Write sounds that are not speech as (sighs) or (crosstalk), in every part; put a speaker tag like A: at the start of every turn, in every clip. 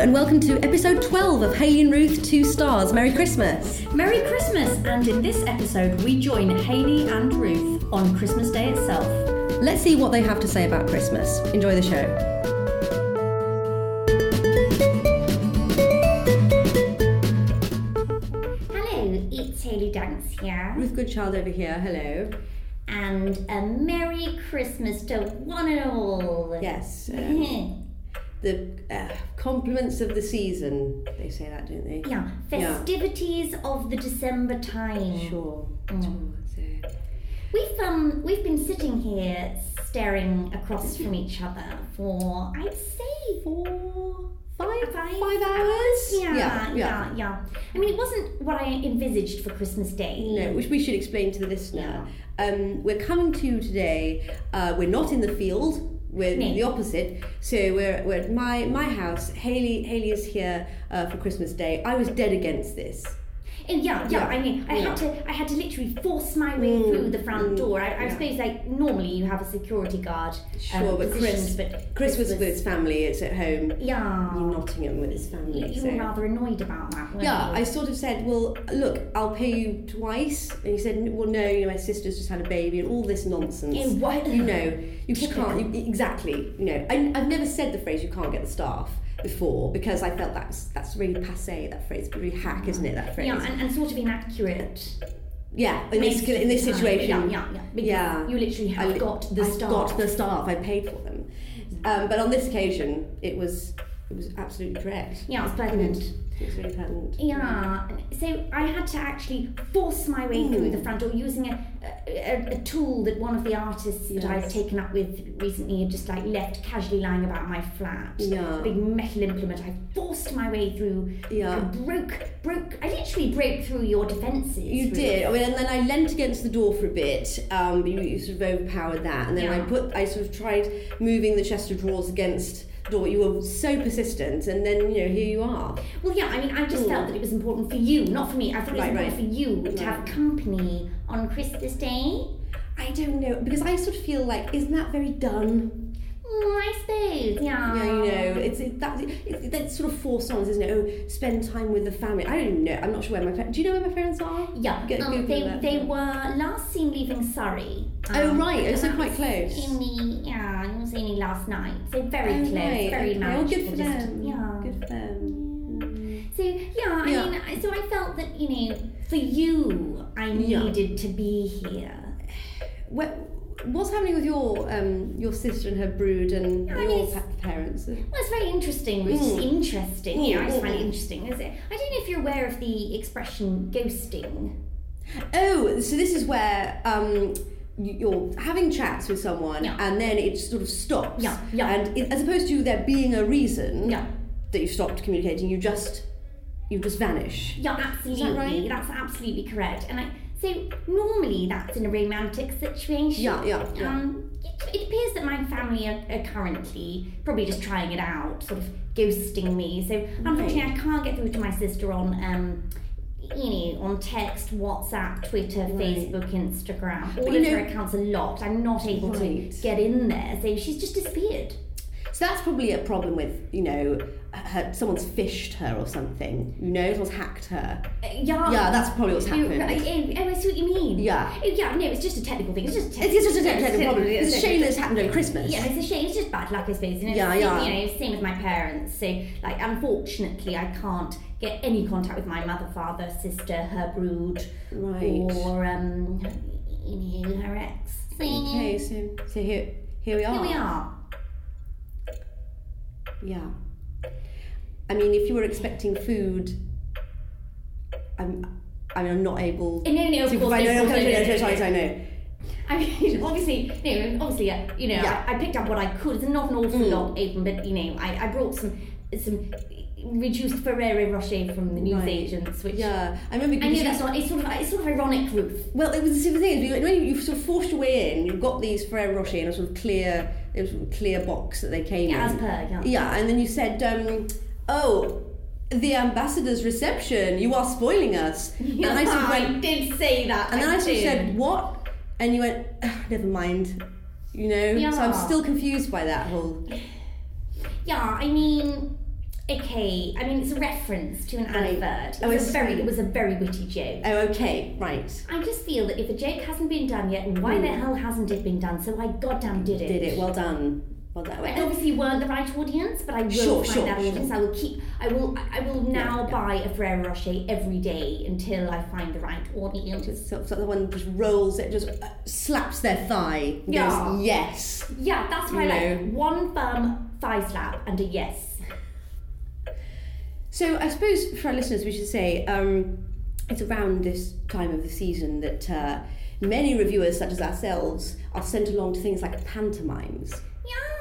A: and welcome to episode 12 of Haley and Ruth Two Stars. Merry Christmas!
B: Merry Christmas! And in this episode, we join Haley and Ruth on Christmas Day itself.
A: Let's see what they have to say about Christmas. Enjoy the show.
C: Hello, it's Haley Dance here,
A: Ruth Goodchild over here, hello.
C: and a Merry Christmas to one and all.
A: Yes,
C: (laughs) yeah,
A: (laughs) the uh, compliments of the season, they say that, don't they?
C: festivities of the December time.
A: Sure.
C: We've um we've been sitting here staring across from each other for I'd say for five five,
A: Five hours?
C: Yeah,
A: Yeah,
C: yeah, yeah, I mean, it wasn't what I envisaged for Christmas Day.
A: No, which we should explain to the listener. Um, we're coming to you today. Uh, we're not in the field. We're
C: No.
A: the opposite. So we're, we're at my my house. Haley Haley is here uh, for Christmas Day. I was dead against this.
C: And Eh, yeah, yeah,
A: Yeah.
C: I mean, I
A: Yeah.
C: had to, I had to literally force my way
A: Mm,
C: through the front
A: mm,
C: door. I, I
A: yeah.
C: suppose, like normally, you have a security guard. um,
A: Sure, but Chris-
C: positions, but
A: Chris was with his family. It's at home in
C: Yeah,
A: Nottingham with his
C: you,
A: family.
C: you
A: so.
C: were rather annoyed about that. Weren't
A: Yeah, I
C: you?
A: sort of said, well, look, I'll pay you twice. And he said, "N- well, no, you know, my sister's just had a baby and all this nonsense.
C: And what-
A: You know, you just
C: Typical.
A: can't, you, exactly. You know, I, I've never said the phrase you can't get the staff before because I felt that's, that's really passe, that phrase, really hack, isn't it, that phrase?
C: yeah, and, and sort of inaccurate.
A: Yeah, in, this,
C: Most
A: in this
C: of the time.
A: situation.
C: Yeah, yeah, yeah. Because
A: Yeah.
C: you literally have
A: li-
C: got the
A: I
C: staff.
A: got the staff, I paid for them. Um, but on this occasion, it was, it was absolutely correct.
C: yeah, it's pertinent.
A: It was really pertinent.
C: Yeah, so I had to actually force my way through
A: Mm.
C: the front door using a, a, a tool that one of the artists that I've
A: Yes.
C: taken up with recently had just like left casually lying about my flat.
A: Yeah.
C: A big metal implement. I forced my way through. I
A: Yeah.
C: broke, broke. I literally broke through your defences.
A: You
C: really.
A: did. I mean, and then I leant against the door for a bit. Um, you, you sort of overpowered that, and then I
C: Yeah.
A: put. I sort of tried moving the chest of drawers against the door. You were so persistent, and then you know here you are.
C: Well, yeah. I mean, I just
A: Mm.
C: felt that it was important for you, not for me. I thought it was
A: Right,
C: important
A: right.
C: for you
A: Right.
C: to have company on Christmas Day.
A: I don't know because I sort of feel like isn't that very done?
C: Mm, I suppose. Yeah.
A: Yeah, you
C: Ah.
A: know, it's it, that it, that's sort of four songs, isn't it? Oh, spend time with the family. I don't even know. I'm not sure where my parents. Do you know where my parents are?
C: Yeah,
A: Get
C: um,
A: Google
C: they,
A: that.
C: they were last seen leaving Surrey.
A: oh
C: um,
A: right, oh, so
C: about
A: quite close.
C: In the, yeah, it was only last night. So very
A: Oh,
C: close,
A: right,
C: very
A: okay. Oh,
C: manageable
A: good for
C: distance.
A: them.
C: Yeah.
A: Good for them.
C: So yeah, I
A: Yeah.
C: mean, I- so I felt that you know, for you, I
A: Yeah.
C: needed to be here.
A: What, what's happening with your um, your sister and her brood and
C: I mean,
A: your
C: it's-
A: pa- parents?
C: Well, it's very interesting. It's just
A: Mm.
C: interesting. Yeah, I just find
A: Mm.
C: it interesting. Is it? I don't know if you're aware of the expression ghosting.
A: Oh, so this is where um, you- you're having chats with someone
C: Yeah.
A: and then it sort of stops.
C: Yeah, yeah.
A: And it, as opposed to there being a reason
C: Yeah.
A: that you stopped communicating, you just you just vanish.
C: Yeah, absolutely.
A: right?
C: That's absolutely correct. And I, so normally that's in a romantic situation.
A: Yeah, yeah, yeah.
C: Um, it, it appears that my family are, are currently probably just trying it out, sort of ghosting me. So unfortunately, I can't get through to my sister on, um, you know, on text, WhatsApp, Twitter, Facebook, Instagram. All
A: But
C: of
A: you
C: her
A: know-
C: accounts are locked. I'm not able
A: Right.
C: to get in there. So she's just disappeared.
A: So that's probably a problem with you know her, someone's fished her or something. You know, someone's hacked her.
C: Uh, yeah.
A: Yeah, that's probably what's
C: You-
A: happened.
C: I, eh, oh, I, I see what you mean.
A: Yeah.
C: Oh, yeah, no, it's just a technical thing. It's just a technical
A: It's it's just a technical problem. It's a shame that it's happened over Christmas.
C: Yeah, it's a shame. It's just bad luck, I suppose. You know,
A: Yeah,
C: same,
A: yeah.
C: You know, same with my parents. So, like, unfortunately, I can't get any contact with my mother, father, sister, her brood,
A: Right.
C: or um, you know, her ex. So,
A: Okay, so so here here we are.
C: Here we are.
A: Yeah. I mean, if you were expecting food, I'm I mean, I'm not able. Oh,
C: And Eh, no, no, of
A: to
C: course.
A: provide-
C: no,
A: no,
C: of
A: no,
C: course,
A: no,
C: no,
A: no,
C: no,
A: no, sorry,
C: no.
A: sorry, no.
C: I mean, (laughs) obviously, no, obviously, uh, you know,
A: Yeah.
C: I, I picked up what I could. It's not an awful
A: Mm.
C: lot, even, but you know, I, I brought some some reduced Ferrero Rocher from the
A: Right.
C: newsagents, which
A: Yeah, I remember.
C: I
A: because
C: know
A: you-
C: that's not. It's sort of it's sort of ironic, Ruth.
A: Well, it was the same thing. You, you, know, you sort of forced your way in. You got these Ferrero Rocher in a sort of clear, it was a clear box that they came
C: Yeah, as
A: in.
C: per yeah.
A: Yeah, and then you said, um, "Oh, the ambassador's reception. You are spoiling us."
C: (laughs)
A: And I sort of went,
C: did say that.
A: And then I sort of
C: did.
A: said, "What?" And you went, "Ah, "Never mind." You know, so I'm
C: Yeah.
A: still confused by that whole.
C: yeah, I mean, okay. I mean, it's a reference to an
A: Right.
C: advert. It's
A: Oh,
C: a
A: it's-
C: very, it was a very witty joke.
A: Oh, okay, right.
C: I just feel that if a joke hasn't been done yet, why the hell hasn't it been done? So I goddamn did it.
A: Mm. Did it. Well done. Well done.
C: I obviously weren't the right audience, but I will
A: Sure,
C: find
A: sure,
C: that
A: sure.
C: audience. I will keep. I will. I will now buy a Ferrero Rocher every day until I find the right audience.
A: So, so the one just rolls it, just uh, slaps their thigh. and
C: Yeah.
A: Goes, yes.
C: Yeah, that's what I
A: No.
C: like. One firm thigh slap and a yes.
A: So I suppose for our listeners, we should say um, it's around this time of the season that uh, many reviewers, such as ourselves, are sent along to things like pantomimes. (sighs)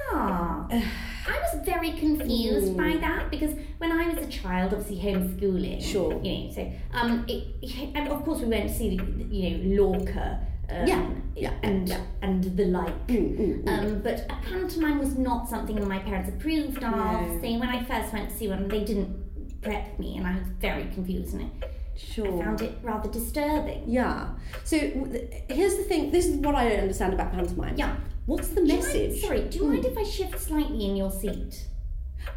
C: Yeah. I was very confused
A: Mm.
C: by that because when I was a child, obviously homeschooling.
A: Sure.
C: You know, so um, it, and of course we went to see the you know Lorca. Um,
A: Yeah, yeah,
C: And
A: yeah.
C: and the like.
A: Mm, mm, mm.
C: Um, but a pantomime was not something my parents approved of.
A: No.
C: So when I first went to see one, they didn't prep me, and I was very confused, and I
A: sure.
C: found it rather disturbing.
A: Yeah. So w- th- here's the thing. This is what I don't understand about pantomime.
C: Yeah.
A: What's the
C: Do you
A: message? Mm.
C: Mind, sorry, do you mind if I shift slightly in your seat?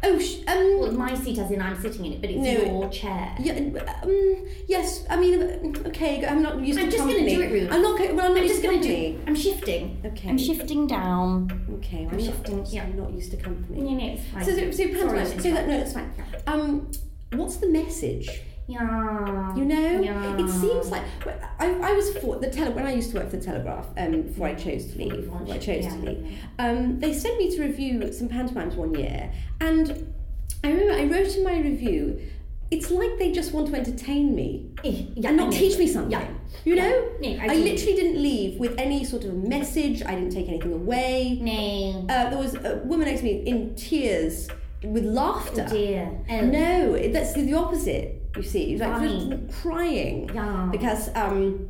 A: Oh, sh- um.
C: Well, my seat, as in I'm sitting in it, but it's
A: No.
C: your chair.
A: Yeah, um, yes, I mean, uh, okay, I'm not used
C: I'm
A: to
C: just gonna
A: company.
C: do it, Ruth.
A: I'm not going well, I'm not
C: I'm
A: used
C: just
A: to
C: going to do.
A: company.
C: I'm shifting.
A: Okay.
C: I'm shifting down.
A: Okay, well,
C: I'm
A: I'm,
C: shifting,
A: not,
C: yeah.
A: I'm not used to company.
C: No, no, it's fine.
A: So, so, so pantomime,
C: Sorry.
A: so that, no, that's fine. Um, what's the message?
C: Yeah.
A: You know?
C: Oh, Yeah.
A: It seems like, well, I, I was, for the tele, when I used to work for the Telegraph, um, before I chose to leave, before I chose
C: Yeah.
A: to leave, um, they sent me to review some pantomimes one year, and I remember I wrote in my review, it's like they just want to entertain me
C: Eh, Yeah,
A: and
C: I
A: not
C: know.
A: teach me something.
C: Yeah.
A: You know?
C: No, I,
A: I
C: do.
A: literally didn't leave with any sort of message. I didn't take anything away.
C: No.
A: Uh, there was a woman next to me in tears with laughter.
C: Oh dear. Oh,
A: No, it- that's the opposite. You see, like
C: Crying.
A: just crying
C: Yeah.
A: because um,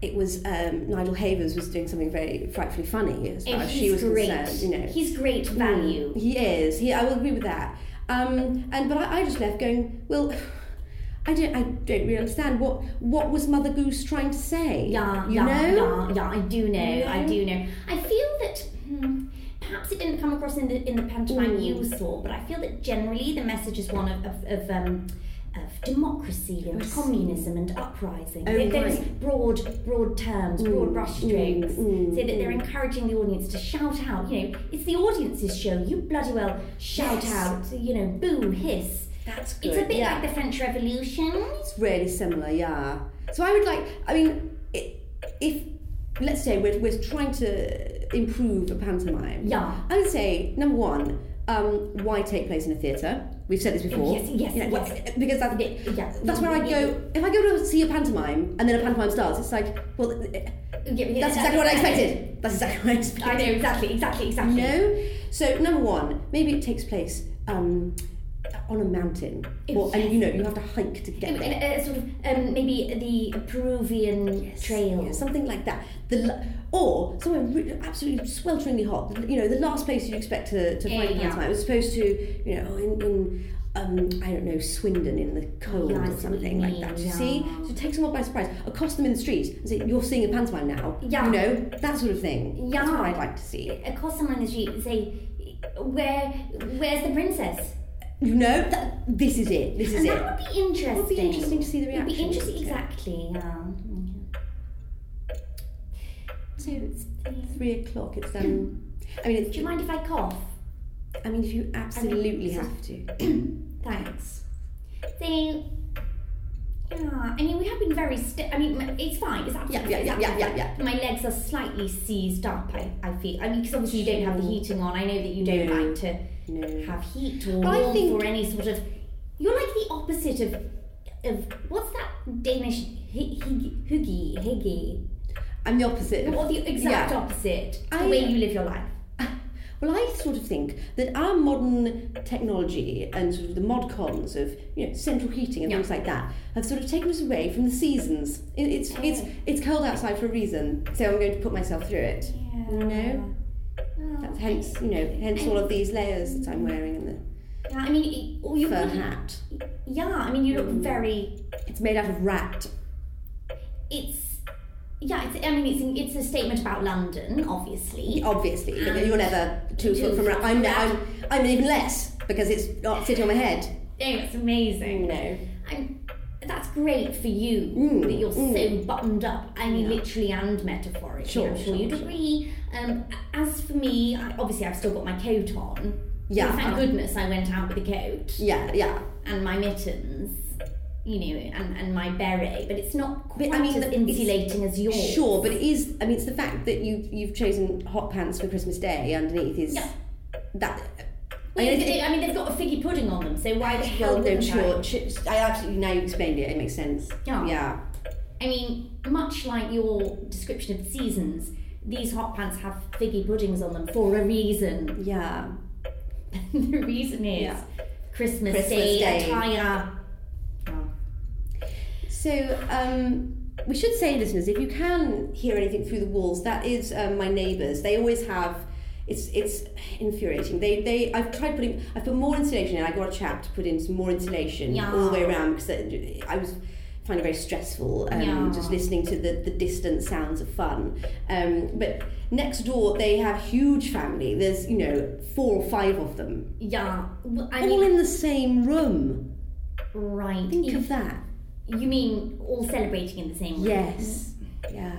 A: it was um, Nigel Havers was doing something very frightfully funny as
C: Oh,
A: far as
C: he's
A: she was
C: great.
A: concerned. You know,
C: He's great value.
A: he is. He, I will agree with that. Um, and but I, I just left going. Well, (sighs) I don't. I don't really understand what what was Mother Goose trying to say.
C: Yeah,
A: you
C: yeah,
A: know.
C: yeah, yeah. I do know. I
A: know?
C: do know. I feel that hmm, perhaps it didn't come across in the in the pantomime
A: Mm.
C: you saw, but I feel that generally the message is one of of, of um, of democracy and
A: Yes.
C: communism and uprising.
A: Oh,
C: There- There's
A: right.
C: broad, broad terms, broad brushstrokes,
A: mm,
C: so that they're encouraging the audience to shout out. You know, it's the audience's show. You bloody well shout
A: Yes.
C: out. You know, boo, hiss.
A: That's good.
C: It's a bit
A: yeah.
C: like the French Revolution.
A: It's really similar, yeah. So I would like, I mean, i- if, let's say we're, we're trying to improve a pantomime,
C: Yeah.
A: I would say, number one, um, why take place in a theatre? We've said this before.
C: Yes, yes,
A: You know,
C: yes.
A: it's- Because that's,
C: Yeah.
A: that's where I go, if I go to see a pantomime and then a pantomime starts, it's like, well, that's
C: Yeah, yeah,
A: exactly what I expected. That's exactly what I expected.
C: I know exactly, exactly, exactly.
A: No. So number one, maybe it takes place um, on a mountain, or and you know you have to hike to get
C: In-
A: there.
C: in a sort of um, maybe the Peruvian trail.
A: Yeah, something like that. The la- or somewhere re- absolutely swelteringly hot. You know, the last place you'd expect to, to find a
C: Yeah, yeah.
A: pantomime. It was supposed to, you know, in, in um, I don't know, Swindon in the cold
C: Yeah, I see
A: or
C: what
A: something
C: you
A: like
C: mean,
A: that. You
C: yeah.
A: see, so it takes them all by surprise. Accost them in the street and say, "You're seeing a pantomime now."
C: Yeah.
A: You know, that sort of thing. That's
C: Yeah.
A: what I'd like to see.
C: Across someone in the street and say, "Where, where's the princess?"
A: You know, that, this is it. This is
C: and
A: it.
C: that would be
A: It
C: interesting.
A: would be interesting to see the
C: It would
A: reaction.
C: be interesting,
A: wouldn't it?
C: exactly. Yeah.
A: So it's three o'clock. It's um. I mean,
C: Do
A: it's,
C: uh, you mind if I cough?
A: I mean, if you absolutely have to.
C: Thanks. So, yeah, I mean, we have been very stiff. I mean, m- it's fine. It's
A: Yeah,
C: absolutely
A: yeah, yeah, yeah, yeah, yeah.
C: My legs are slightly seized up, I, I feel. I mean, because obviously you don't have the heating on. I know that you don't
A: No.
C: like to
A: No.
C: have heat or
A: But I
C: warmth
A: think-
C: or any sort of. You're like the opposite of of what's that Danish hi- hig- hygge hygge
A: I'm the opposite.
C: or the exact opposite to the
A: I-
C: way you live your life.
A: (laughs) Well, I sort of think that our modern technology and sort of the mod cons of you know central heating and
C: Yeah.
A: things like that have sort of taken us away from the seasons. It, it's it's it's cold outside for a reason, so I'm going to put myself through it. No. That's hence you know hence all of these layers that I'm wearing and
C: I mean, y- or
A: the
C: you
A: fur
C: could,
A: hat. Mm.
C: yeah. I mean, you look very.
A: It's made out of rat.
C: It's yeah, it's, I mean, it's, it's a statement about London, obviously.
A: Obviously, but
C: And-
A: you're never two foot from. ra- I'm, I'm, I'm even less because it's not sitting on my head.
C: Anyway, it's amazing.
A: You know.
C: I'm, that's great for you
A: Mm,
C: that you're so
A: mm.
C: buttoned up. I mean,
A: Yeah.
C: literally and metaphorically.
A: Sure,
C: I'm sure,
A: sure,
C: you'd
A: sure.
C: agree. Um, as for me, I, obviously, I've still got my coat on.
A: Yeah. uh-huh.
C: Thank goodness I went out with a coat
A: Yeah, yeah.
C: and my mittens, you know, and, and my beret. But it's not
A: But, I
C: quite
A: mean,
C: as
A: the-
C: insulating as yours.
A: Sure, but it is. I mean, it's the fact that you you've chosen hot pants for Christmas Day underneath is
C: Yeah.
A: that.
C: I mean,
A: it's-
C: they, I mean, they've got a figgy pudding on them, so why the hell
A: Well, no,
C: wouldn't I?
A: sure. ch- I absolutely now you explained it. It makes sense.
C: Yeah.
A: Yeah.
C: I mean, much like your description of the seasons, these hot pants have figgy puddings on them for a reason.
A: Yeah.
C: (laughs) the reason is
A: Yeah.
C: Christmas,
A: Christmas
C: Day,
A: Day.
C: attire. Oh.
A: So um, we should say, listeners, if you can hear anything through the walls, that is um, my neighbours. They always have. It's it's infuriating. They they I've tried putting I've put more insulation in. I got a chap to put in some more insulation
C: Yeah.
A: all the way around because I- I was finding it very stressful um,
C: Yeah.
A: just listening to the, the distant sounds of fun. Um, but next door they have huge family. There's you know four or five of them
C: Yeah, well, I
A: all
C: mean,
A: in the same room.
C: right.
A: Think
C: You,
A: of that.
C: you mean all celebrating in the same way?
A: Yes. Yeah.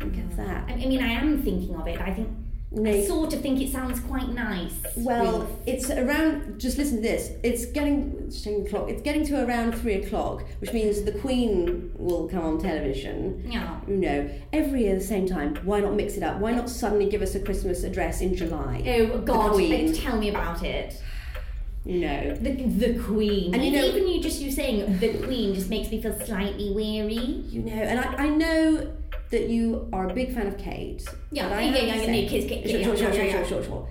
A: Think of that.
C: I, I mean, I am thinking of it. I think I
A: No.
C: sort of think it sounds quite nice.
A: Well,
C: really.
A: it's around. Just listen to this. It's getting it's checking the clock. It's getting to around three o'clock, which means the Queen will come on television.
C: yeah.
A: You know, every year at the same time. Why not mix it up? Why not suddenly give us a Christmas address in July?
C: Oh God!
A: Queen.
C: uh, Tell me about it.
A: No.
C: The, the Queen.
A: And you know-
C: even you just you saying the Queen just makes me feel slightly weary.
A: You know, and I, I know that you are a big fan of Kate.
C: Yeah,
A: but I have
C: yeah, yeah,
A: to
C: yeah,
A: say-
C: yeah, kids, kids,
A: Sure,
C: yeah,
A: sure, sure,
C: yeah,
A: sure,
C: yeah,
A: sure, sure, sure.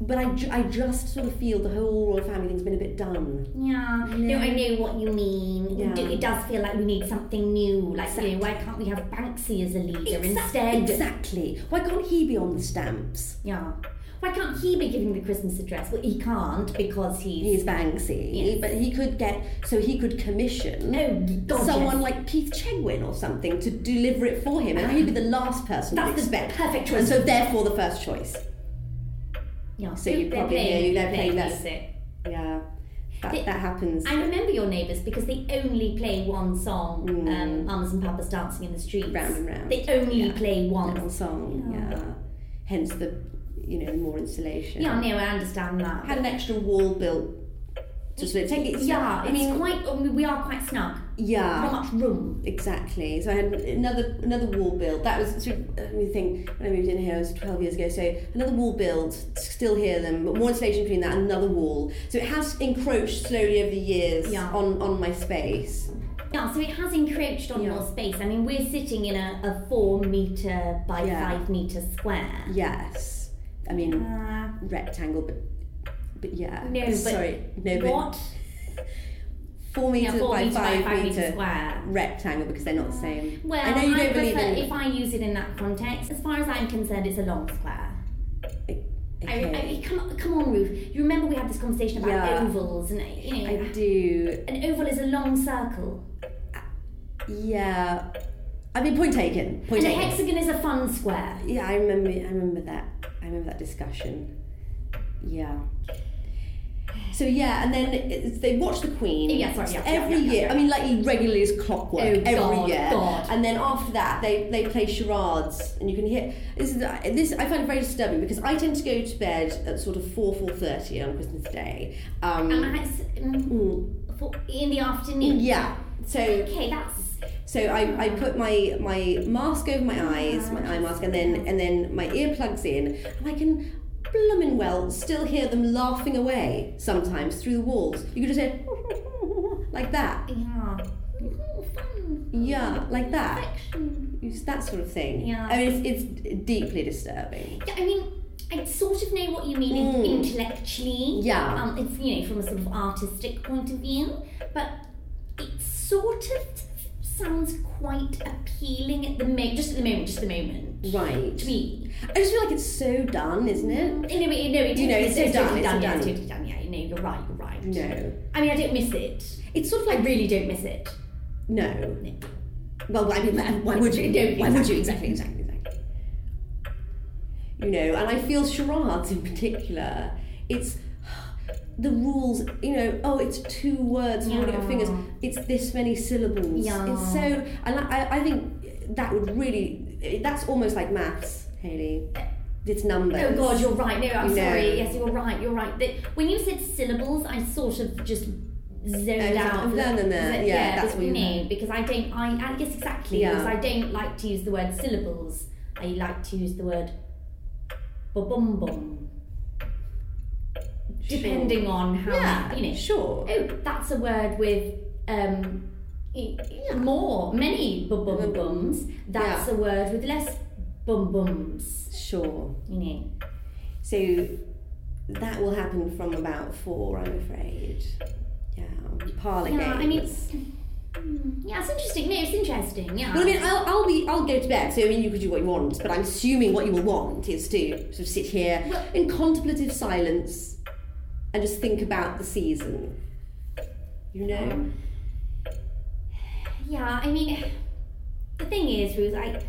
A: But I, ju- I just sort of feel the whole royal family thing's been a bit done.
C: Yeah,
A: No.
C: no, I know what you mean. We
A: Yeah.
C: do- It does feel like we need something new. Like, you know, why can't we have Banksy as a leader
A: Exac-
C: instead?
A: Exactly. Why can't he be on the stamps?
C: Yeah. Why can't he be giving the Christmas address? Well, he can't because he's.
A: He's Banksy,
C: Yes.
A: but he could get so he could commission
C: oh, God,
A: someone
C: yes.
A: like Keith Chegwin or something to deliver it for him, and he'd be the last person to
C: That's the
A: expect.
C: perfect
A: And
C: choice.
A: so, therefore, the first choice.
C: yeah.
A: so you
C: They're
A: probably-
C: playing-
A: yeah, they're playing that.
C: music.
A: Yeah, that,
C: They-
A: that happens.
C: I remember your neighbours because they only play one song, um, Mamas and Papas Dancing in the Streets.
A: round and round.
C: They only
A: Mm. Yeah.
C: play one
A: Little song.
C: Yeah.
A: Yeah. Hence the, you know, the more insulation.
C: Yeah, no, I understand that.
A: Had an extra wall built. Just to take it.
C: yeah,
A: I
C: it's
A: mean, Ah.
C: quite. I mean, we are quite snug.
A: yeah.
C: Not much room.
A: Exactly. So I had another another wall build. That was sort of let me think when I moved in here it was twelve years ago. So another wall build. Still hear them, but more insulation between that. Another wall. So it has encroached slowly over the years
C: Yeah.
A: on on my space.
C: Yeah, so it has encroached on
A: Yeah.
C: your space. I mean, we're sitting in a, a four metre by
A: Yeah.
C: five metre square.
A: Yes. I mean
C: Uh,
A: rectangle, but but yeah.
C: No, but
A: sorry. No, but
C: what?
A: four
C: Yeah,
A: meters
C: four
A: by
C: metre by
A: five,
C: five metre
A: metre
C: square.
A: rectangle because they're not the same.
C: Well,
A: I know you don't believe
C: prefer,
A: in.
C: if I use it in that context, as far as I'm concerned, it's a long square.
A: Okay.
C: I, I, come, come on, Ruth. You remember we had this conversation about
A: Yeah.
C: ovals, and you know,
A: I do.
C: an oval is a long circle,
A: Yeah. I mean, point taken. Point
C: and a
A: taken.
C: hexagon is a fun square.
A: yeah, I remember. I remember that. I remember that discussion. Yeah. So yeah, and then it's, they watch the Queen.
C: Yeah, sorry, yeah, yeah,
A: every
C: yeah, yeah,
A: year.
C: yeah.
A: I mean, like regularly as clockwork.
C: Oh,
A: every
C: God,
A: year.
C: God.
A: And then after that, they, they play charades, and you can hear this. Is, this I find very disturbing because I tend to go to bed at sort of four four thirty on Christmas Day.
C: And
A: Um,
C: that's mm,
A: mm,
C: for, in the afternoon.
A: yeah. So
C: Okay, that's
A: So I, I put my my mask over my eyes, my eye mask, and then and then my earplugs in, and I can bloomin' well still hear them laughing away sometimes through the walls. You could just hear (laughs) like that,
C: yeah. Oh, fun.
A: yeah, like that,
C: Perfection.
A: It's that sort of thing.
C: Yeah.
A: I mean, it's, it's deeply disturbing.
C: Yeah, I mean, I sort of know what you mean in-
A: Mm.
C: intellectually.
A: Yeah.
C: Um, it's you know from a sort of artistic point of view, but it sort of sounds quite appealing at the moment. Just at the moment. Just at the moment.
A: Right.
C: To me.
A: I just feel like it's so done, isn't it?
C: No, it, no, it,
A: You know, it's so done,
C: totally
A: it's
C: done.
A: so
C: Yeah, it's
A: done.
C: totally done. Yeah, you know, you're right. You're right.
A: No.
C: I mean, I don't miss it.
A: It's sort of
C: I
A: like
C: really don't miss it.
A: no.
C: No.
A: Well, I mean, why would you? No, why would you? Exactly, exactly, exactly. You know, and I feel charades in particular. It's the rules. You know, oh, it's two words, yeah. holding up fingers. It's this many syllables.
C: Yeah.
A: It's so, and I, I think that would really. That's almost like maths, Haley. It's numbers.
C: Oh God, you're right. No, I'm
A: You know.
C: sorry. Yes, you're right. You're right. The, when you said syllables, I sort of just zoned
A: Oh,
C: out.
A: I've learned in there.
C: Z-
A: Yeah, that's what you
C: me because I don't. I, I guess exactly
A: Yeah.
C: because I don't like to use the word syllables. I like to use the word bum bum,
A: Sure.
C: depending on how
A: Yeah,
C: you know.
A: sure.
C: Oh, that's a word with um, e- more many bum bum bums. That's a word with less bum bums.
A: Sure.
C: You know.
A: So that will happen from about four, I'm afraid. Yeah, parlour
C: Yeah, I mean,
A: games.
C: Mm, Yeah, it's interesting. No, it's interesting. Yeah.
A: Well, I mean, I'll, I'll be, I'll go to bed. So I mean, you could do what you want, but I'm assuming what you will want is to sort of sit here
C: Well-
A: in contemplative silence and just think about the season. You
C: Um,
A: know,
C: yeah, I mean, the thing is, Ruth, I,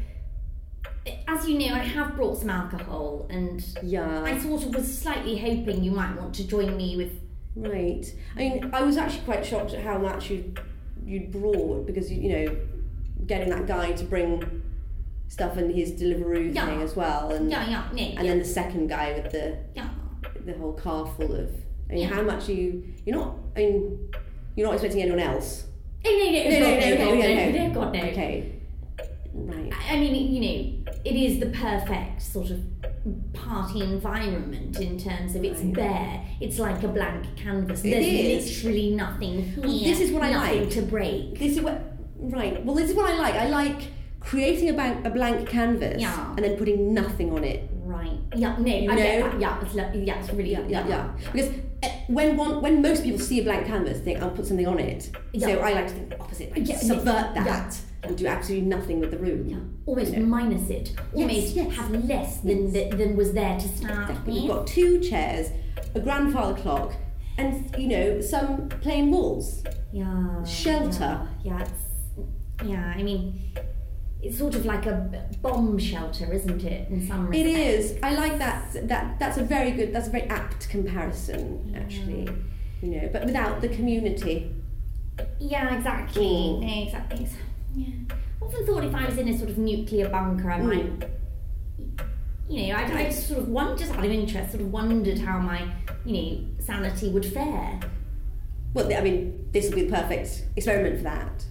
C: as you know, I have brought some alcohol, and I
A: yeah,
C: sort of was slightly hoping you might want to join me with.
A: right. I mean, I was actually quite shocked at how much you you brought because you, you know, getting that guy to bring stuff and his delivery
C: Yeah.
A: thing as well, and
C: Yeah, yeah, no,
A: and
C: yeah,
A: then the second guy with the
C: yeah.
A: the whole car full of. I mean,
C: Yeah.
A: how much you you're not. I mean, you're not expecting anyone else.
C: Oh, no, no,
A: No, no, no,
C: God,
A: no, no,
C: no, God, no.
A: Okay. Right.
C: I I mean, you know, it is the perfect sort of party environment in terms of it's
A: Right.
C: bare. It's like a blank canvas.
A: It
C: There's
A: is.
C: literally nothing here.
A: Well, this is what I
C: nothing
A: like.
C: to break.
A: This is what. Right. Well, this is what I like. I like creating a bank a blank canvas
C: Yeah.
A: and then putting nothing on it.
C: Right. Yeah. No. I
A: No.
C: get that. Yeah. It's lo- yeah. It's really
A: Yeah, yeah, yeah. Because uh, when one, when most people see a blank canvas, they think I'll put something on it.
C: Yeah.
A: So I like to think the opposite. Like
C: Yeah,
A: subvert that
C: yeah.
A: and do absolutely nothing with the room.
C: Yeah. Almost
A: No.
C: minus it. Almost
A: yes.
C: have less than th- than was there to start
A: But
C: with.
A: You've got two chairs, a grandfather clock, and you know some plain walls.
C: yeah.
A: Shelter.
C: Yeah. Yeah. It's, yeah. I mean, it's sort of like a b- bomb shelter, isn't it? In some
A: It
C: respects.
A: is. I like that. That that's a very good. That's a very apt comparison, actually. You know, but without the community.
C: Yeah. Exactly.
A: Mm.
C: No, exactly. It's- Yeah. I often thought if I was in a sort of nuclear bunker, I might
A: Mm.
C: you know, I, I just sort of wondered, just out of interest, sort of wondered how my, you know, sanity would fare.
A: Well, th- I mean, this would be the perfect experiment for that,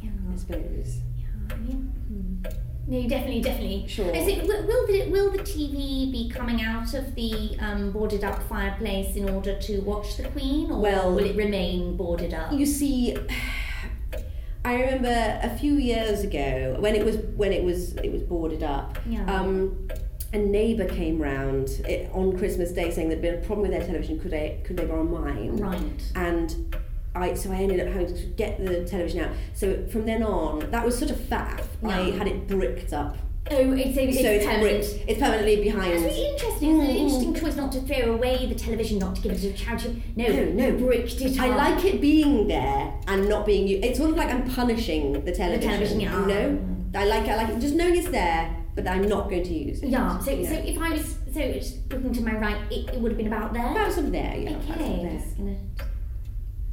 C: Yeah,
A: I suppose.
C: yeah, I mean, hmm. no, definitely, definitely.
A: Mm-hmm. Sure.
C: Is it, will, will the will the TV be coming out of the um, boarded up fireplace in order to watch the Queen, or
A: Well-
C: will it remain boarded up?
A: You see, (sighs) I remember a few years ago when it was when it was it was boarded up.
C: Yeah.
A: Um, a neighbour came round eh, on Christmas Day saying there'd been a problem with their television. Could they could they borrow mine?
C: right.
A: and I so I ended up having to get the television out. So from then on, that was such a faff. I
C: Yeah.
A: had it bricked up,
C: Oh, it's, it's,
A: so it's
C: permanent.
A: bricked. It's permanently
C: That's
A: behind.
C: really interesting. It's
A: Mm.
C: an interesting choice not to throw away the television, not to give it to charity. No,
A: No, no.
C: you bricked it.
A: I
C: up.
A: like it being there and not being you. It's sort of like I'm punishing the television.
C: television, yeah.
A: You know, I like it. I like it. just knowing it's there, but I'm not going to use it.
C: Yeah, so,
A: you know.
C: so if I was so it's looking to my right, it, it would have been about there.
A: Perhaps I'm there. Yeah, perhaps I'm
C: Okay,
A: there.
C: just gonna,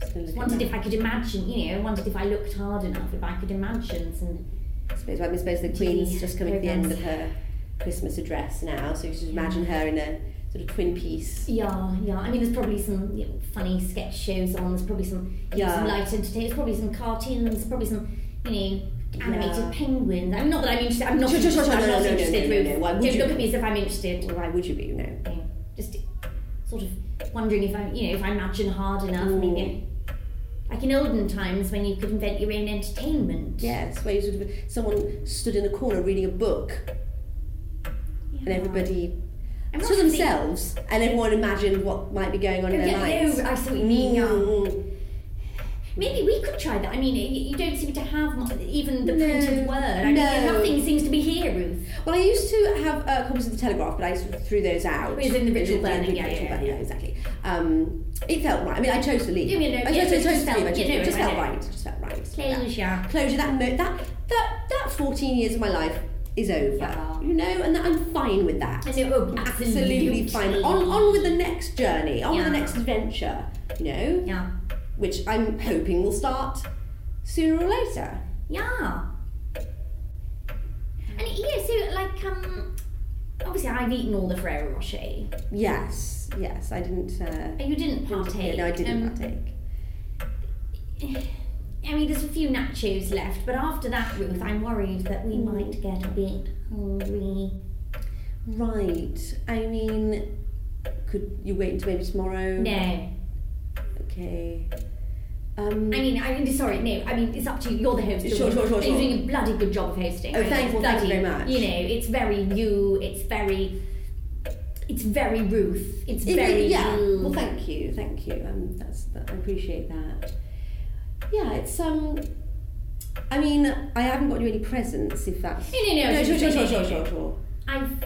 A: Just gonna look at
C: wondered
A: that.
C: if I could imagine, you know, wondered if I looked hard enough, if I could imagine some.
A: I suppose, I suppose the
C: TV
A: Queen's just coming to the end of
C: programmes.
A: her Christmas address now, so you should imagine her in a sort of twin piece.
C: Yeah, yeah. I mean, there's probably some you know, funny sketch shows on. There's probably some, you know,
A: Yeah.
C: some light entertainment. There's probably some cartoons. Probably some, you know. Animated
A: Yeah.
C: penguins. I'm not that I'm interested. I'm not
A: Sure, sure, sure,
C: interested.
A: sure,
C: I'm
A: no,
C: not
A: no, no,
C: interested.
A: no, no,
C: Ruth.
A: no, why would
C: Don't
A: you?
C: look at me as if I'm interested.
A: Why would you be? No.
C: You know, Just sort of wondering if I, you know, if I imagine hard enough. Maybe like in olden times when you could invent your own entertainment.
A: Yes, where you sort of someone stood in a corner reading a book and everybody
C: I'm not
A: to
C: saying-
A: themselves and everyone imagined what might be going on in their
C: Yeah,
A: lives.
C: no, I see what you mean. yeah.
A: Mm.
C: Maybe we could try that. I mean, you you don't seem to have mu- even the
A: No.
C: printed word. I mean,
A: No.
C: nothing seems to be here, Ruth.
A: Well, I used to have uh, copies of the Telegraph, but I sort of threw those out.
C: It was in the ritual
A: It was in
C: burning, yeah,
A: ritual
C: yeah,
A: burning,
C: yeah.
A: exactly. Um, it felt right. I mean, I chose to leave.
C: Yeah, yeah, no,
A: I
C: yeah,
A: chose,
C: it
A: I chose
C: just
A: to leave. I
C: felt-
A: chose-
C: yeah, no,
A: it just
C: I
A: felt
C: know.
A: right. It just felt right.
C: Closure.
A: Closure. That mo- that that that 14 years of my life is over.
C: Yeah.
A: You know, and that I'm fine with that.
C: And it would
A: Absolutely fine. On on with the next journey, on with the
C: Yeah.
A: next adventure, you know,
C: Yeah.
A: which I'm hoping will start sooner or later.
C: Yeah. And yeah, so like um obviously I've eaten all the Ferrero Rocher. Oh,
A: Yes, yes, I didn't uh,
C: You didn't partake.
A: no, I didn't
C: Um,
A: partake.
C: (sighs) I mean there's a few nachos left, but after that, Ruth, I'm worried that
A: Hmm.
C: we might get a bit hungry.
A: Right. I mean could you wait until maybe tomorrow?
C: No.
A: Okay. Um
C: I mean I mean sorry, no, I mean it's up to you. You're the host.
A: Sure, sure, sure, sure.
C: You're doing a bloody good job of hosting.
A: Oh,
C: I mean,
A: thank-
C: it's
A: well, thank
C: bloody,
A: you very much.
C: You know, it's very you, it's very it's very Ruth. It's
A: It- it-
C: very
A: yeah.
C: you.
A: Well, thank you, thank you. Um, that's that, I appreciate that. Yeah, it's um. I mean, I haven't got you any presents, if that's.
C: No, no, no, I was
A: sure,
C: just
A: sure, sure,
C: saying-
A: sure, sure, sure.
C: I've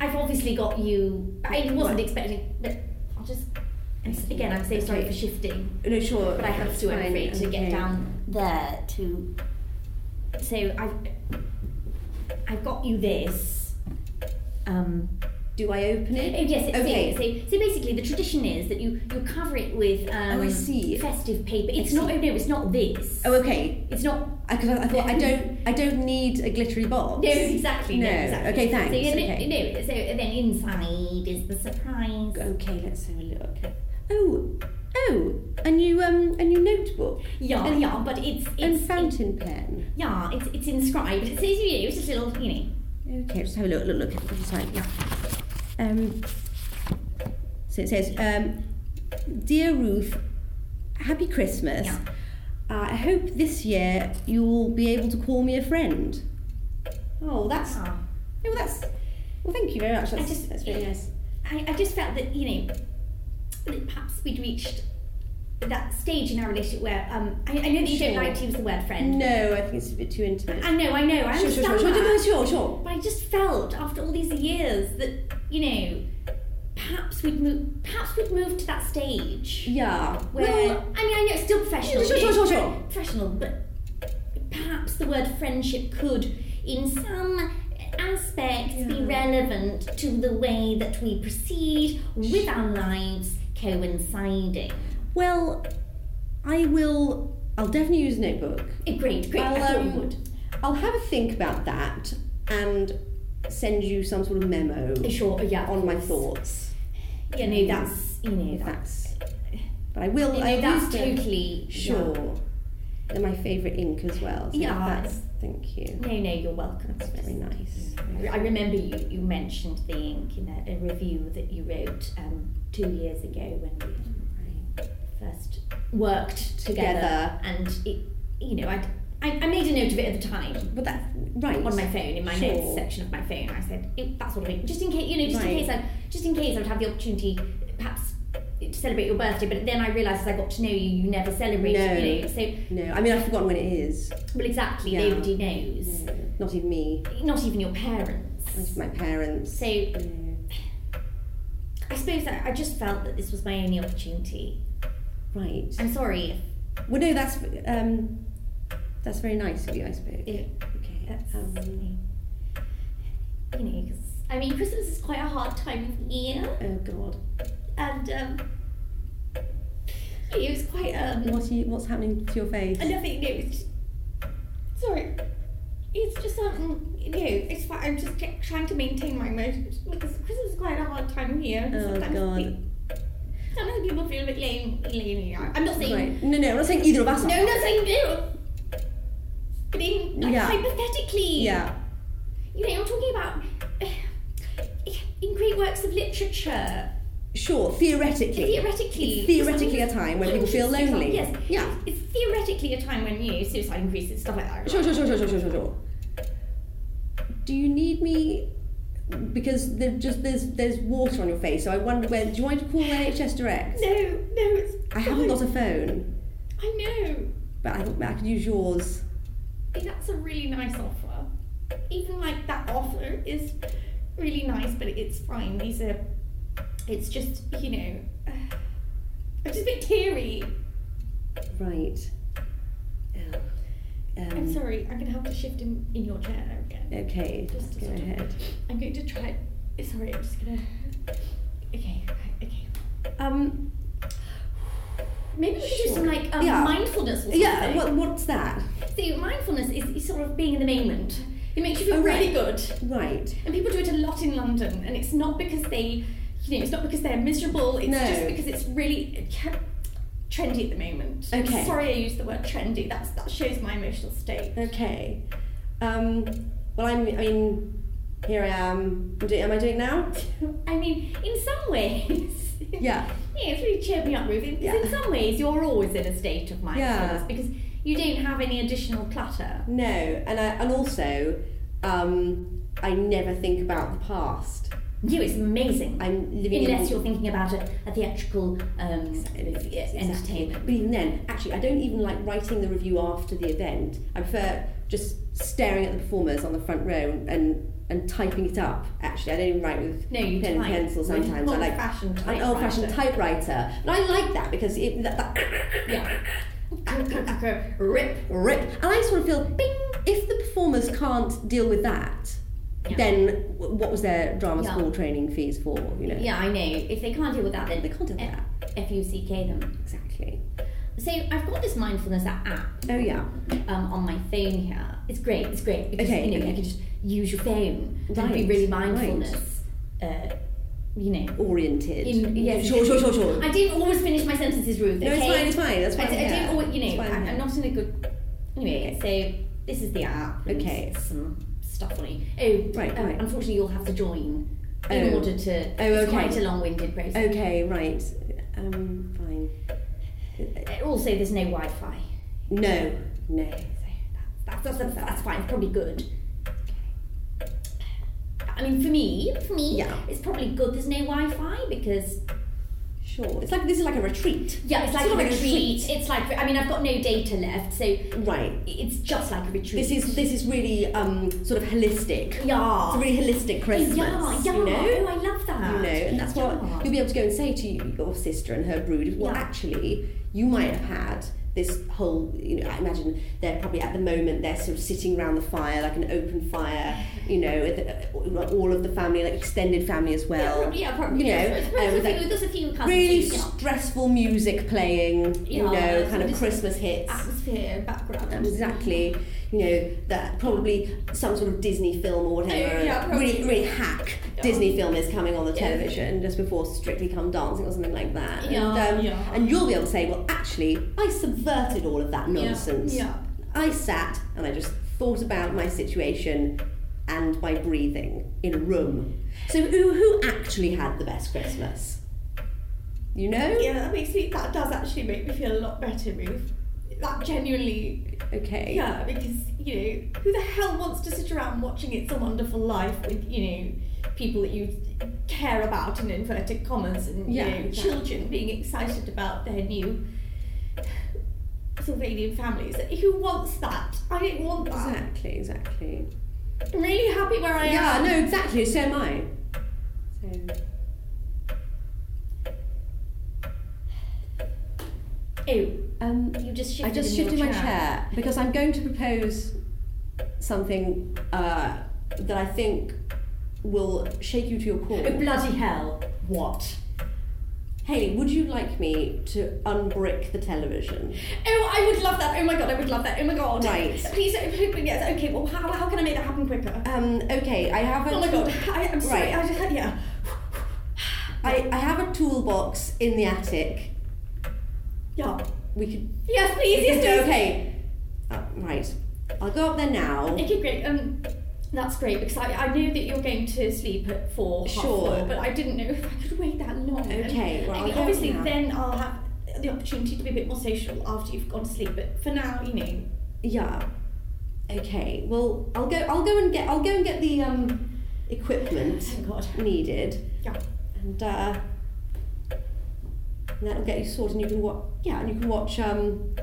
C: I've obviously got you. I wasn't expecting, but I'll just I'm s- again. I'm so sorry for shifting,
A: No, sure.
C: but I have
A: that's
C: to. I'm
A: fine,
C: afraid to
A: okay.
C: get down there to. So I've I've got you this. Um,
A: Do I open
C: oh
A: it?
C: yes, it's
A: Okay.
C: here. So, so basically, the tradition is that you you cover it with um,
A: Oh, I see.
C: festive paper. It's not. Oh no, it's not this.
A: Oh, okay.
C: It's not.
A: Because I, I thought
C: (laughs)
A: I don't. I don't need a glittery box.
C: No, exactly. No,
A: Oh, No.
C: exactly.
A: Okay, thanks.
C: So, yeah, no,
A: Okay.
C: no, so and then inside is the surprise.
A: Okay, let's have a look. Oh, oh, a new um, a new notebook
C: Yeah,
A: And-
C: yeah, but it's
A: and
C: it's it-
A: fountain pen.
C: yeah, it's it's inscribed. It's it's, you know, it's just little, you know.
A: Okay, let's have a look. Look, look at the side. Yeah. Um, so it says, um, "Dear Ruth, Happy Christmas.
C: Yeah.
A: Uh, I hope this year you'll be able to call me a friend." Oh, that's oh,
C: ah.
A: well, that's well. Thank you very much. That's,
C: just-
A: that's really nice.
C: I, I just felt that you know that perhaps we'd reached that stage in our relationship where um I, I know that you don't
A: Sure.
C: like to use the word friend.
A: No, I think it's a bit too intimate.
C: I know, I know, I
A: sure, sure,
C: understand
A: sure, sure, sure,
C: that.
A: sure, sure.
C: But I just felt after all these years that you know perhaps we'd move perhaps we'd move to that stage
A: Yeah.
C: where
A: Well,
C: I mean I know it's still professional.
A: Sure,
C: you
A: sure,
C: know,
A: sure, sure.
C: Professional, but perhaps the word friendship could, in some aspects, be
A: Yeah.
C: relevant to the way that we proceed with our lives coinciding.
A: well, I will. I'll definitely use notebook.
C: Eh, Great, great. I
A: I'll,
C: thought we
A: um,
C: would.
A: I'll have a think about that and send you some sort of memo
C: Eh, Sure, yeah.
A: on my thoughts.
C: Yeah, no, that's you know
A: If
C: that.
A: that's, but I will.
C: you know,
A: I will
C: that's
A: still-
C: totally
A: sure. They're my favourite ink as well. So
C: Yeah.
A: That's, thank you.
C: No, no, you're welcome.
A: That's very nice.
C: I remember you, you mentioned the ink in a, a review that you wrote um, two years ago when we first worked together,
A: Together.
C: and it, you know I'd, I I made a note of it at the time
A: But that right.
C: on my phone in my
A: Sure.
C: notes section of my phone I said it, that sort of thing just in case you know just in
A: Right.
C: case I just in case I would have the opportunity perhaps to celebrate your birthday but then I realised as I got to know you you never celebrated
A: No.
C: you know so
A: no, I mean I've forgotten when it is.
C: well exactly
A: Yeah.
C: nobody knows
A: No, Not even me.
C: not even your parents
A: It's my parents.
C: so
A: No.
C: I suppose I, I just felt that this was my only opportunity
A: Right.
C: I'm sorry if
A: Well, no, that's um, that's very nice of you, I suppose.
C: Yeah.
A: Okay.
C: That's
A: Um,
C: you know, 'cause I mean, Christmas is quite a hard time of year,
A: oh God.
C: and um, it was quite um,
A: What are you, what's happening to your face?
C: and nothing. It was just, sorry. It's just something, you know, it's why I'm just try- trying to maintain my emotions because Christmas is quite a hard time of year. and
A: Oh,
C: sometimes
A: God.
C: pe- sometimes people feel a bit lame, lonely. I'm not saying
A: Right. No, no, I'm not saying either of us.
C: no,
A: are.
C: I'm not saying no. But in, like,
A: Yeah.
C: hypothetically,
A: Yeah.
C: you know, I'm talking about eh, in great works of literature.
A: Sure. Theoretically.
C: Theoretically,
A: It's theoretically a time when people feel
C: hundreds of
A: lonely.
C: times, Yes.
A: Yeah.
C: It's theoretically a time when you know, suicide increases, stuff like that. right?
A: Sure, sure, sure, sure, sure, sure, sure, sure. Do you need me? Because there just there's there's water on your face, so I wonder where. Do you want me to call NHS Direct?
C: No, no, it's.
A: I haven't
C: fine.
A: got a phone,
C: (laughs) I know.
A: but I thought I could use yours.
C: Eh, That's a really nice offer. Even like that offer is really nice, but it's fine. These are. It's just you know. (sighs) I'm just a bit teary.
A: Right. Um,
D: I'm sorry, I'm gonna have to shift in, in your chair again.
A: Okay,
D: Just
A: go
D: sort of-
A: ahead.
D: I'm going to try. Sorry, I'm just gonna. Okay, right, okay.
A: Um,
C: Maybe we should do some like um,
A: Yeah.
C: mindfulness. Or
A: yeah,
C: something.
A: what, what's that?
C: See, mindfulness is, is sort of being in the moment. It makes you feel
A: Oh, right.
C: really good.
A: Right.
C: And people do it a lot in London, and it's not because they, you know, it's not because they're miserable. It's
A: No.
C: just because it's really trendy at the moment. I'm
A: Okay.
C: Sorry, I used the word trendy. That's that shows my emotional state.
A: Okay. Um, well, I'm, I mean, here I am. I'm doing, am I doing it now? (laughs)
C: I mean, in some ways. (laughs)
A: Yeah.
C: Yeah, it's really cheered me up, Ruby. Because
A: Yeah.
C: in some ways, you're always in a state of mindfulness
A: Yeah.
C: because you don't have any additional clutter.
A: No, and I, and also, um, I never think about the past.
C: You, it's amazing.
A: I'm living in (laughs)
C: Unless you're thinking about a, a theatrical um,
A: Exactly.
C: yeah, entertainment.
A: But even then, actually, I don't even like writing the review after the event. I prefer just staring at the performers on the front row and and, and typing it up. Actually, I don't even write with
C: No, you
A: pen and
C: type
A: pencil
C: with an
A: sometimes. I like
C: old-fashioned
A: an
C: typewriter.
A: old-fashioned typewriter, but I like that because it that, that
C: Yeah. Rip.
A: rip, and I sort of feel bing. If the performers can't deal with that,
C: Yeah.
A: then w- what was their drama
C: Yeah.
A: school training fees for? You know,
C: Yeah, I know. If they can't deal with that, then
A: they can't deal with that
C: F U C K them.
A: exactly.
C: So I've got this mindfulness app
A: Oh yeah,
C: um, on my phone here. It's great. It's great because
A: Okay,
C: you know
A: okay.
C: you can just use your phone and be
A: Right,
C: really
A: right.
C: mindfulness. Uh, you know.
A: oriented.
C: In, yes.
A: Sure, sure, sure, sure.
C: I didn't always finish my sentences, Ruth.
A: No,
C: okay?
A: it's fine, it's fine. That's
C: I,
A: fine.
C: I
A: yeah.
C: don't always, you know,
A: It's fine,
C: I,
A: yeah.
C: I'm not in a good. Anyway, so this is the app. and
A: Okay.
C: Some stuff on it. Oh,
A: Right,
C: um,
A: right.
C: Unfortunately, you'll have to join in
A: Oh.
C: order to.
A: Oh,
C: It's quite
A: okay. Oh.
C: a long-winded process.
A: Okay, right. Um, fine.
C: Uh, Also, there's no Wi-Fi.
A: No, no.
C: So that's, that's, that's, that's fine. It's probably good. I mean, for me, for me,
A: Yeah.
C: it's probably good. There's no Wi-Fi because
A: Sure. It's like this is like a retreat.
C: yeah, it's like
A: sort
C: a
A: of like a
C: retreat. It's like I mean, I've got no data left, so
A: Right.
C: it's just like a retreat.
A: This is this is really um sort of holistic. It's a
C: yeah,
A: really holistic Christmas.
C: yeah, yeah.
A: You know.
C: Oh, I love that.
A: You know, and that's what
C: Yeah.
A: you'll be able to go and say to your sister and her brood. Well,
C: Yeah.
A: actually, you might have had this whole. You know, I imagine they're probably at the moment they're sort of sitting around the fire, like an open fire. You know, with uh, all of the family, like extended family as
C: Yeah,
A: well.
C: probably, yeah, probably.
A: you know, uh,
C: There's a
A: with
C: few-
A: like
C: there's a few cousins.
A: really
C: yeah.
A: stressful music playing, you
C: Yeah,
A: know,
C: so
A: kind of
C: just-
A: Christmas hits.
C: atmosphere, background.
A: Exactly, you know that probably some sort of Disney film or whatever.
C: Oh, yeah, probably.
A: really, really hack
C: Yeah.
A: Disney film is coming on the
C: Yeah.
A: television just before Strictly Come Dancing or something like that.
C: Yeah,
A: and, um,
C: yeah.
A: and you'll be able to say, well, actually, I subverted all of that nonsense.
C: Yeah.
A: I sat and I just thought about my situation and my breathing in a room. So who who actually had the best Christmas? You know?
D: Yeah, that makes me. That does actually make me feel a lot better, Ruth. That genuinely
A: Okay.
D: Yeah, because you know, who the hell wants to sit around watching It's a Wonderful Life with you know people that you care about in inverted commas and
A: Yeah,
D: you know
A: exactly.
D: children being excited about their new Sylvanian families. Who wants that? I don't want that.
A: Exactly, exactly.
D: I'm really happy where I
A: yeah,
D: am.
A: no, exactly. So am I. So
C: Oh,
A: um,
C: you just
A: I
C: shifted.
A: just
C: in your
A: shifted my chair because I'm going to propose something uh, that I think will shake you to your core.
C: Oh, bloody hell. What?
A: Haley, would you like me to unbrick the television?
D: Oh, I would love that. Oh my god, I would love that. Oh my god.
A: Right.
D: Please, oh, please, please, yes. Okay, well, how, how can I make that happen quicker?
A: Um, okay, I have a
D: Oh my god, I, I'm sorry.
A: Right.
D: I just, yeah.
A: I, I have a toolbox in the attic.
D: Yeah.
A: We could.
D: Yes, please, yes, please.
A: okay. Uh, right. I'll go up there now.
D: Okay, great. Um, that's great because I, I knew that you were going to sleep at four, half
A: Sure.
D: four, but I didn't know if I could wait that long.
A: Okay, well,
D: I
A: I'll
D: mean,
A: go
D: obviously,
A: now.
D: then I'll have the opportunity to be a bit more social after you've gone to sleep. But for now, you know,
A: Yeah. Okay. Well, I'll go. I'll go and get. I'll go and get the um, equipment
D: thank God.
A: needed.
D: Yeah.
A: And uh, and that'll get you sorted. And you can watch. Yeah, and you can watch. Um,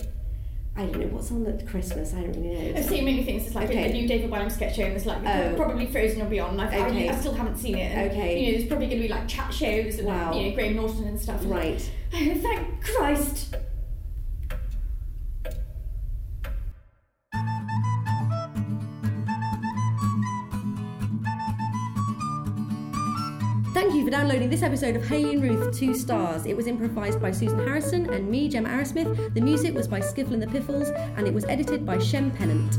A: I don't know what's on at Christmas. I don't really know.
D: I've seen many things. It's like
A: Okay.
D: a, a new David Wyam sketch show, and it's like
A: Oh.
D: probably Frozen or Beyond. Like,
A: Okay.
D: I, I still haven't seen it. And,
A: Okay.
D: You know, there's probably going to be like chat shows and
A: Wow.
D: like, you know Graham Norton and stuff. And, (laughs)
A: Right.
D: Oh, thank Christ.
A: Thank you for downloading this episode of Haley and Ruth Two Stars. It was improvised by Susan Harrison and me, Gemma Arrowsmith. The music was by Skiffle and the Piffles, and it was edited by Shem Pennant.